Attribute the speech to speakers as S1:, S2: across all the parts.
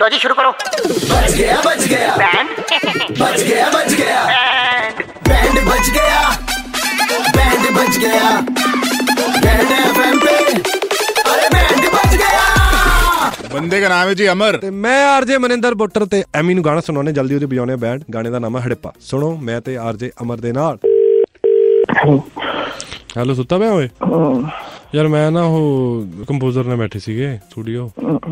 S1: लो जी शुरू करो
S2: बच गया बच गया
S1: बैंड
S2: बच गया बच गया बैंड बच गया बैंड बच गया बैंड एफएम पे अरे बैंड बच गया
S3: ਬੰਦੇ ਦਾ ਨਾਮ ਹੈ ਜੀ ਅਮਰ
S4: ਤੇ ਮੈਂ ਆਰਜੇ ਮਨਿੰਦਰ ਬੁੱਟਰ ਤੇ ਐਮੀ ਨੂੰ ਗਾਣਾ ਸੁਣਾਉਣੇ ਜਲਦੀ ਉਹਦੇ ਵਜਾਉਣੇ ਬੈਂਡ ਗਾਣੇ ਦਾ ਨਾਮ ਹੈ ਹੜੱਪਾ ਸੁਣੋ ਮੈਂ ਤੇ ਆਰਜੇ ਅਮਰ ਦੇ ਨਾਲ ਹੈਲੋ ਸੁੱਤਾ ਪਿਆ ਓਏ ਯਾਰ ਮੈਂ ਨਾ ਉਹ ਕੰਪੋਜ਼ਰ ਨਾਲ ਬੈਠੇ ਸੀਗੇ ਸਟੂਡੀਓ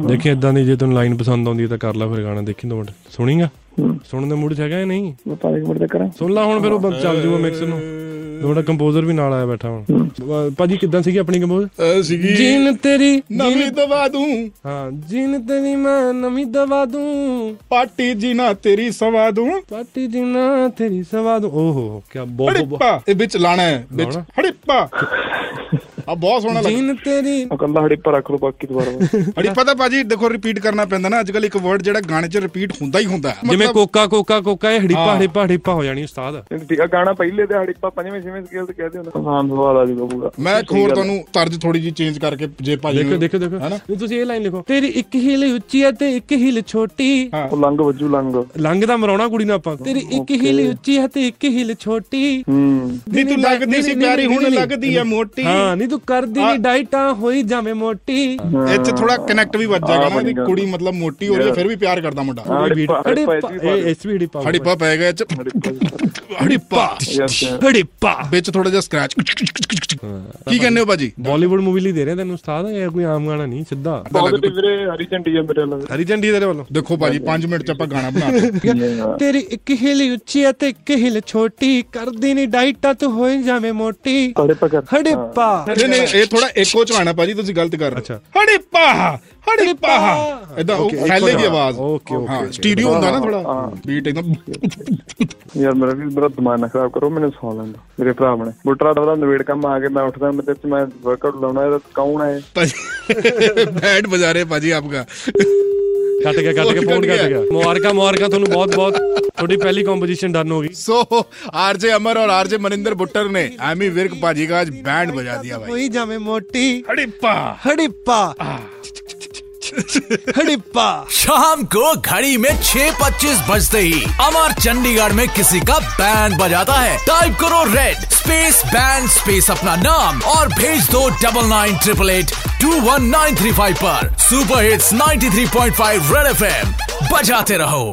S4: ਦੇਖੀ ਇਦਾਂ ਦੀ ਜੇ ਤੈਨੂੰ ਲਾਈਨ ਪਸੰਦ ਆਉਂਦੀ ਹੈ ਤਾਂ ਕਰ ਲੈ ਫਿਰ ਗਾਣਾ ਦੇਖੀ ਦੋ ਮਿੰਟ ਸੁਣੀਗਾ ਸੁਣਨ ਦੇ ਮੂਡ ਚ ਹੈਗਾ ਜਾਂ ਨਹੀਂ
S5: ਬਤਾ ਦੇ ਮੁਰਦੇ ਕਰਾਂ
S4: ਸੁਣ ਲਾ ਹੁਣ ਫਿਰ ਉਹ ਬ- ਚੱਲ ਜੂਗਾ ਮਿਕਸ ਨੂੰ ਤੁਹਾਡਾ ਕੰਪੋਜ਼ਰ ਵੀ ਨਾਲ ਆਇਆ ਬੈਠਾ ਹੁਣ ਅਹ ਭਾਜੀ ਕਿੱਦਾਂ ਸੀਗੀ ਆਪਣੀ ਕੰਪੋਜ਼
S3: ਸੀਗੀ
S4: ਜੀਨ ਤੇਰੀ
S3: ਨਵੀਂ ਦਵਾ ਦੂੰ
S4: ਹਾਂ ਜੀਨ ਤੇਰੀ ਮੈਂ ਨਵੀਂ ਦਵਾ ਦੂੰ
S3: ਪਾਟੀ ਜੀਨਾ ਤੇਰੀ ਸਵਾ ਦੂੰ
S4: ਪਾਟੀ ਦੀ ਨਾ ਤੇਰੀ ਸਵਾ ਦੂੰ ਓਹੋ ਕੀ ਬਹੁਤ
S3: ਹੜਿੱਪਾ ਇਹ ਵਿੱਚ ਲਾਣਾ ਹੈ ਵਿੱਚ
S4: ਲਾਉਣਾ?
S3: ਹੜਿੱਪਾ ਆ ਬਹੁਤ ਸੋਹਣਾ ਲੱਗ
S4: ਜੀਨ ਤੇਰੀ
S5: ਉਹ ਕੱਲਾ ਹੜੀ ਪਰ ਰੱਖ ਲਓ ਬਾਕੀ ਦੁਬਾਰਾ
S3: ਹੜਿੱਪਾ ਤਾਂ ਭਾਜੀ ਦੇਖੋ ਰਿਪੀਟ ਕਰਨਾ ਪੈਂਦਾ ਨਾ ਅੱਜ ਕੱਲ ਇੱਕ ਵਰਡ ਜਿਹੜਾ ਗਾਣੇ 'ਚ ਰਿਪੀਟ ਹੁੰਦਾ ਹੀ ਹੁੰਦਾ ਹੈ।
S4: ਜਿਵੇਂ
S3: ਮਤਲਬ-
S4: ਕੋਕਾ ਕੋਕਾ ਕੋਕਾ ਇਹ ਹੜੀਪਾ
S3: ਹਾਂ।
S4: ਹੜੀਪਾ ਹੜੀਪਾ ਹੋ ਜਾਣੀ ਉਸਤਾਦ
S5: ਠੀਕ ਆ ਗਾਣਾ ਪਹਿਲੇ ਤੇ ਹੜੀ ਪਾ ਪੰਜਵੇਂ ਛੇਵੇਂ ਸਕੇਲ ਤੇ ਕਹਦੇ ਹੁੰਦਾ ਹਾਂ ਸਵਾਲ ਆ ਜੂਗਾ ਪੂਰਾ
S3: ਮੈਂ ਇੱਕ ਹੋਰ ਤੁਹਾਨੂੰ ਤਰਜ ਥੋੜੀ ਜੀ ਚੇਂਜ ਕਰਕੇ ਜੇ ਭਾਜੀ
S4: ਦੇਖੋ
S3: ਨੂੰ-
S4: ਦੇਖੋ ਦੇਖੋ
S3: ਹੈਨਾ?
S4: ਨਹੀਂ, ਤੁਸੀਂ ਇਹ ਲਾਈਨ ਲਿਖੋ ਤੇਰੀ ਇੱਕ ਹੀਲ ਉੱਚੀ ਹੈ ਤੇ ਇੱਕ ਹੀਲ ਛੋਟੀ
S3: ਹਾਂ।
S5: ਉਹ ਲੰਗ ਵੱਜੂ ਲੰਗ
S4: ਲੰਘ ਦਾ ਮਰਾਉਣਾ ਕੁੜੀ ਨੂੰ ਆਪਾਂ ਤੇਰੀ ਇੱਕ ਹੀਲ ਉੱਚੀ ਹੈ ਤੇ ਇੱਕ ਹੀਲ ਛੋਟੀ
S5: ਹੂੰ
S3: ਨਹੀਂ ਤੂੰ
S4: ਨਹੀਂ,
S3: ਲੱਗਦੀ
S4: ਨਹੀਂ,
S3: ਸੀ
S4: ਨਹੀਂ,
S3: ਪਿਆਰੀ
S4: ਨਹੀਂ,
S3: ਹੁਣ
S4: ਨਹੀਂ,
S3: ਲੱਗਦੀ ਹੈ ਮੋਟੀ
S4: ਹਾਂ ਨਹੀਂ ਤੂੰ ਕਰਦੀ ਨਹੀਂ
S3: ਹਾਂ।
S4: ਡਾਈਟਾਂ ਹੋਈ ਜਾਵੇਂ ਮੋਟੀ
S3: ਇੱਥੇ ਥੋੜਾ ਕਨੈਕਟ ਵੀ ਵੱਜ ਜਾਏਗਾ ਨਾ ਵੀ ਕੁੜੀ ਮਤਲਬ ਮੋਟੀ ਹੋ ਜਾਏ ਫਿਰ ਵੀ ਪਿਆਰ ਕਰਦਾ ਮੁੰਡਾ
S5: ਹਾਂ, ਹੜਿੱਪਾ- ਹੜਿੱਪਾ ਇਸ ਵੀ ਪਾ
S4: ਇਹ
S5: ਦਿਓ।
S4: ਇਸ ਵੀ ਹੜੀਪਾ
S3: ਹੜਿੱਪਾ ਪੈ ਗਿਆ ਇੱਚ ਹੜਿੱਪਾ
S5: ਯਸ
S4: ਹੜੀਪਾ
S3: ਵਿੱਚ ਥੋੜਾ ਜਿਹਾ ਸਕ੍ਰੈਚ ਕੀ ਕਹਿੰਦੇ ਹੋ ਭਾਜੀ
S4: ਬਾਲੀਵੁੱਡ ਮੂਵੀ ਲਈ ਦੇ ਰਹੇ ਤੈਨੂੰ ਉਸਤਾਦ ਇਹ ਕੋਈ ਆਮ ਗਾਣਾ ਨਹੀਂ ਸਿੱਧਾ
S5: ਪੋਜ਼ਿਟਿਵ ਵੀਰੇ ਹਰੀ ਝੰਡੀ ਆ ਮੇਰੇ ਨਾਲ
S4: ਹਰੀ ਝੰਡੀ ਤੇਰੇ ਵੱਲੋਂ
S3: ਦੇਖੋ ਭਾਜੀ 5 ਮਿੰਟ ਚ ਆਪਾਂ ਗਾਣਾ ਬਣਾਉਂਦੇ
S4: ਤੇਰੀ ਇੱਕ ਹਿਲ ਉੱਚੀ ਹੈ ਤੇ ਇੱਕ ਹਿਲ ਛੋਟੀ ਕਰਦੀ ਨਹੀਂ ਡਾਈਟਾ ਤੂੰ ਹੋ ਜਾਵੇਂ ਮੋਟੀ
S5: ਹੜੀ ਪਾ ਕਰ
S4: ਹੜੱਪਾ
S3: ਨਹੀਂ ਨਹੀਂ ਇਹ ਥੋੜਾ ਇੱਕੋ ਚ ਆਣਾ ਭਾਜੀ ਤੁਸੀਂ ਗਲਤ ਕਰ ਰਹੇ ਹੋ ਹੜਿੱਪਾ ਹੜਿੱਪਾ ਇਦਾਂ ਉਹ ਫੈਲੇਗੀ ਆਵਾਜ਼
S4: ਓਕੇ ਓਕੇ
S3: ਹਾਂ ਸਟੀਰੀਓ ਹੁੰਦਾ ਨਾ ਥੋੜਾ ਬੀਟ ਇੱਕਦਮ
S5: ਯਾਰ ਮੇਰਾ ਵੀ ਬੜਾ ਦਿਮਾਗ ਨਾ ਖਰਾਬ ਕਰੋ ਮੈਨੂੰ ਸੌ ਲੈਣ ਦਿਓ, ਮੇਰੇ ਭਰਾ ਬਣੇ ਬੁੱਟਰਾ ਦਾ ਨਵੇੜ ਕੰਮ ਆ ਕੇ ਮੈਂ ਉੱਠਦਾ ਮੇਰੇ ਤੇ ਮੈਂ ਵਰਕਆਊਟ ਲਾਉਣਾ ਇਹਦਾ ਕੌਣ ਹੈ
S3: ਭਾਜੀ ਬੈਂਡ ਬਜਾ ਰਹੇ ਭਾਜੀ ਆਪਕਾ
S4: ਕੱਟ ਗਿਆ ਕੱਟ ਗਿਆ ਫੋਨ ਕੱਟ ਗਿਆ ਮੁਬਾਰਕਾਂ ਮੁਬਾਰਕਾਂ ਤੁਹਾਨੂੰ ਬਹੁਤ ਬਹੁਤ ਤੁਹਾਡੀ ਪਹਿਲੀ ਕੰਪੋਜੀਸ਼ਨ ਡਨ ਹੋ ਗਈ
S3: सो आरजे अमर और आरजे मनिंदर बुट्टर ने एमी विर्क पाजी का आज बैंड बजा दिया भाई
S4: ਹੋਈ ਜਾਵੇਂ ਮੋਟੀ
S3: हड़िप्पा
S4: ਹੜੱਪਾ ਹੜੱਪਾ
S6: शाम को घड़ी में 6:25 बजते ही अमर चंडीगढ़ में किसी का बैंड बजाता है टाइप करो रेड स्पेस बैंड स्पेस अपना नाम और भेज दो double nine triple eight two one nine three five पर सुपर हिट्स 93.5 रेड एफएम बजाते रहो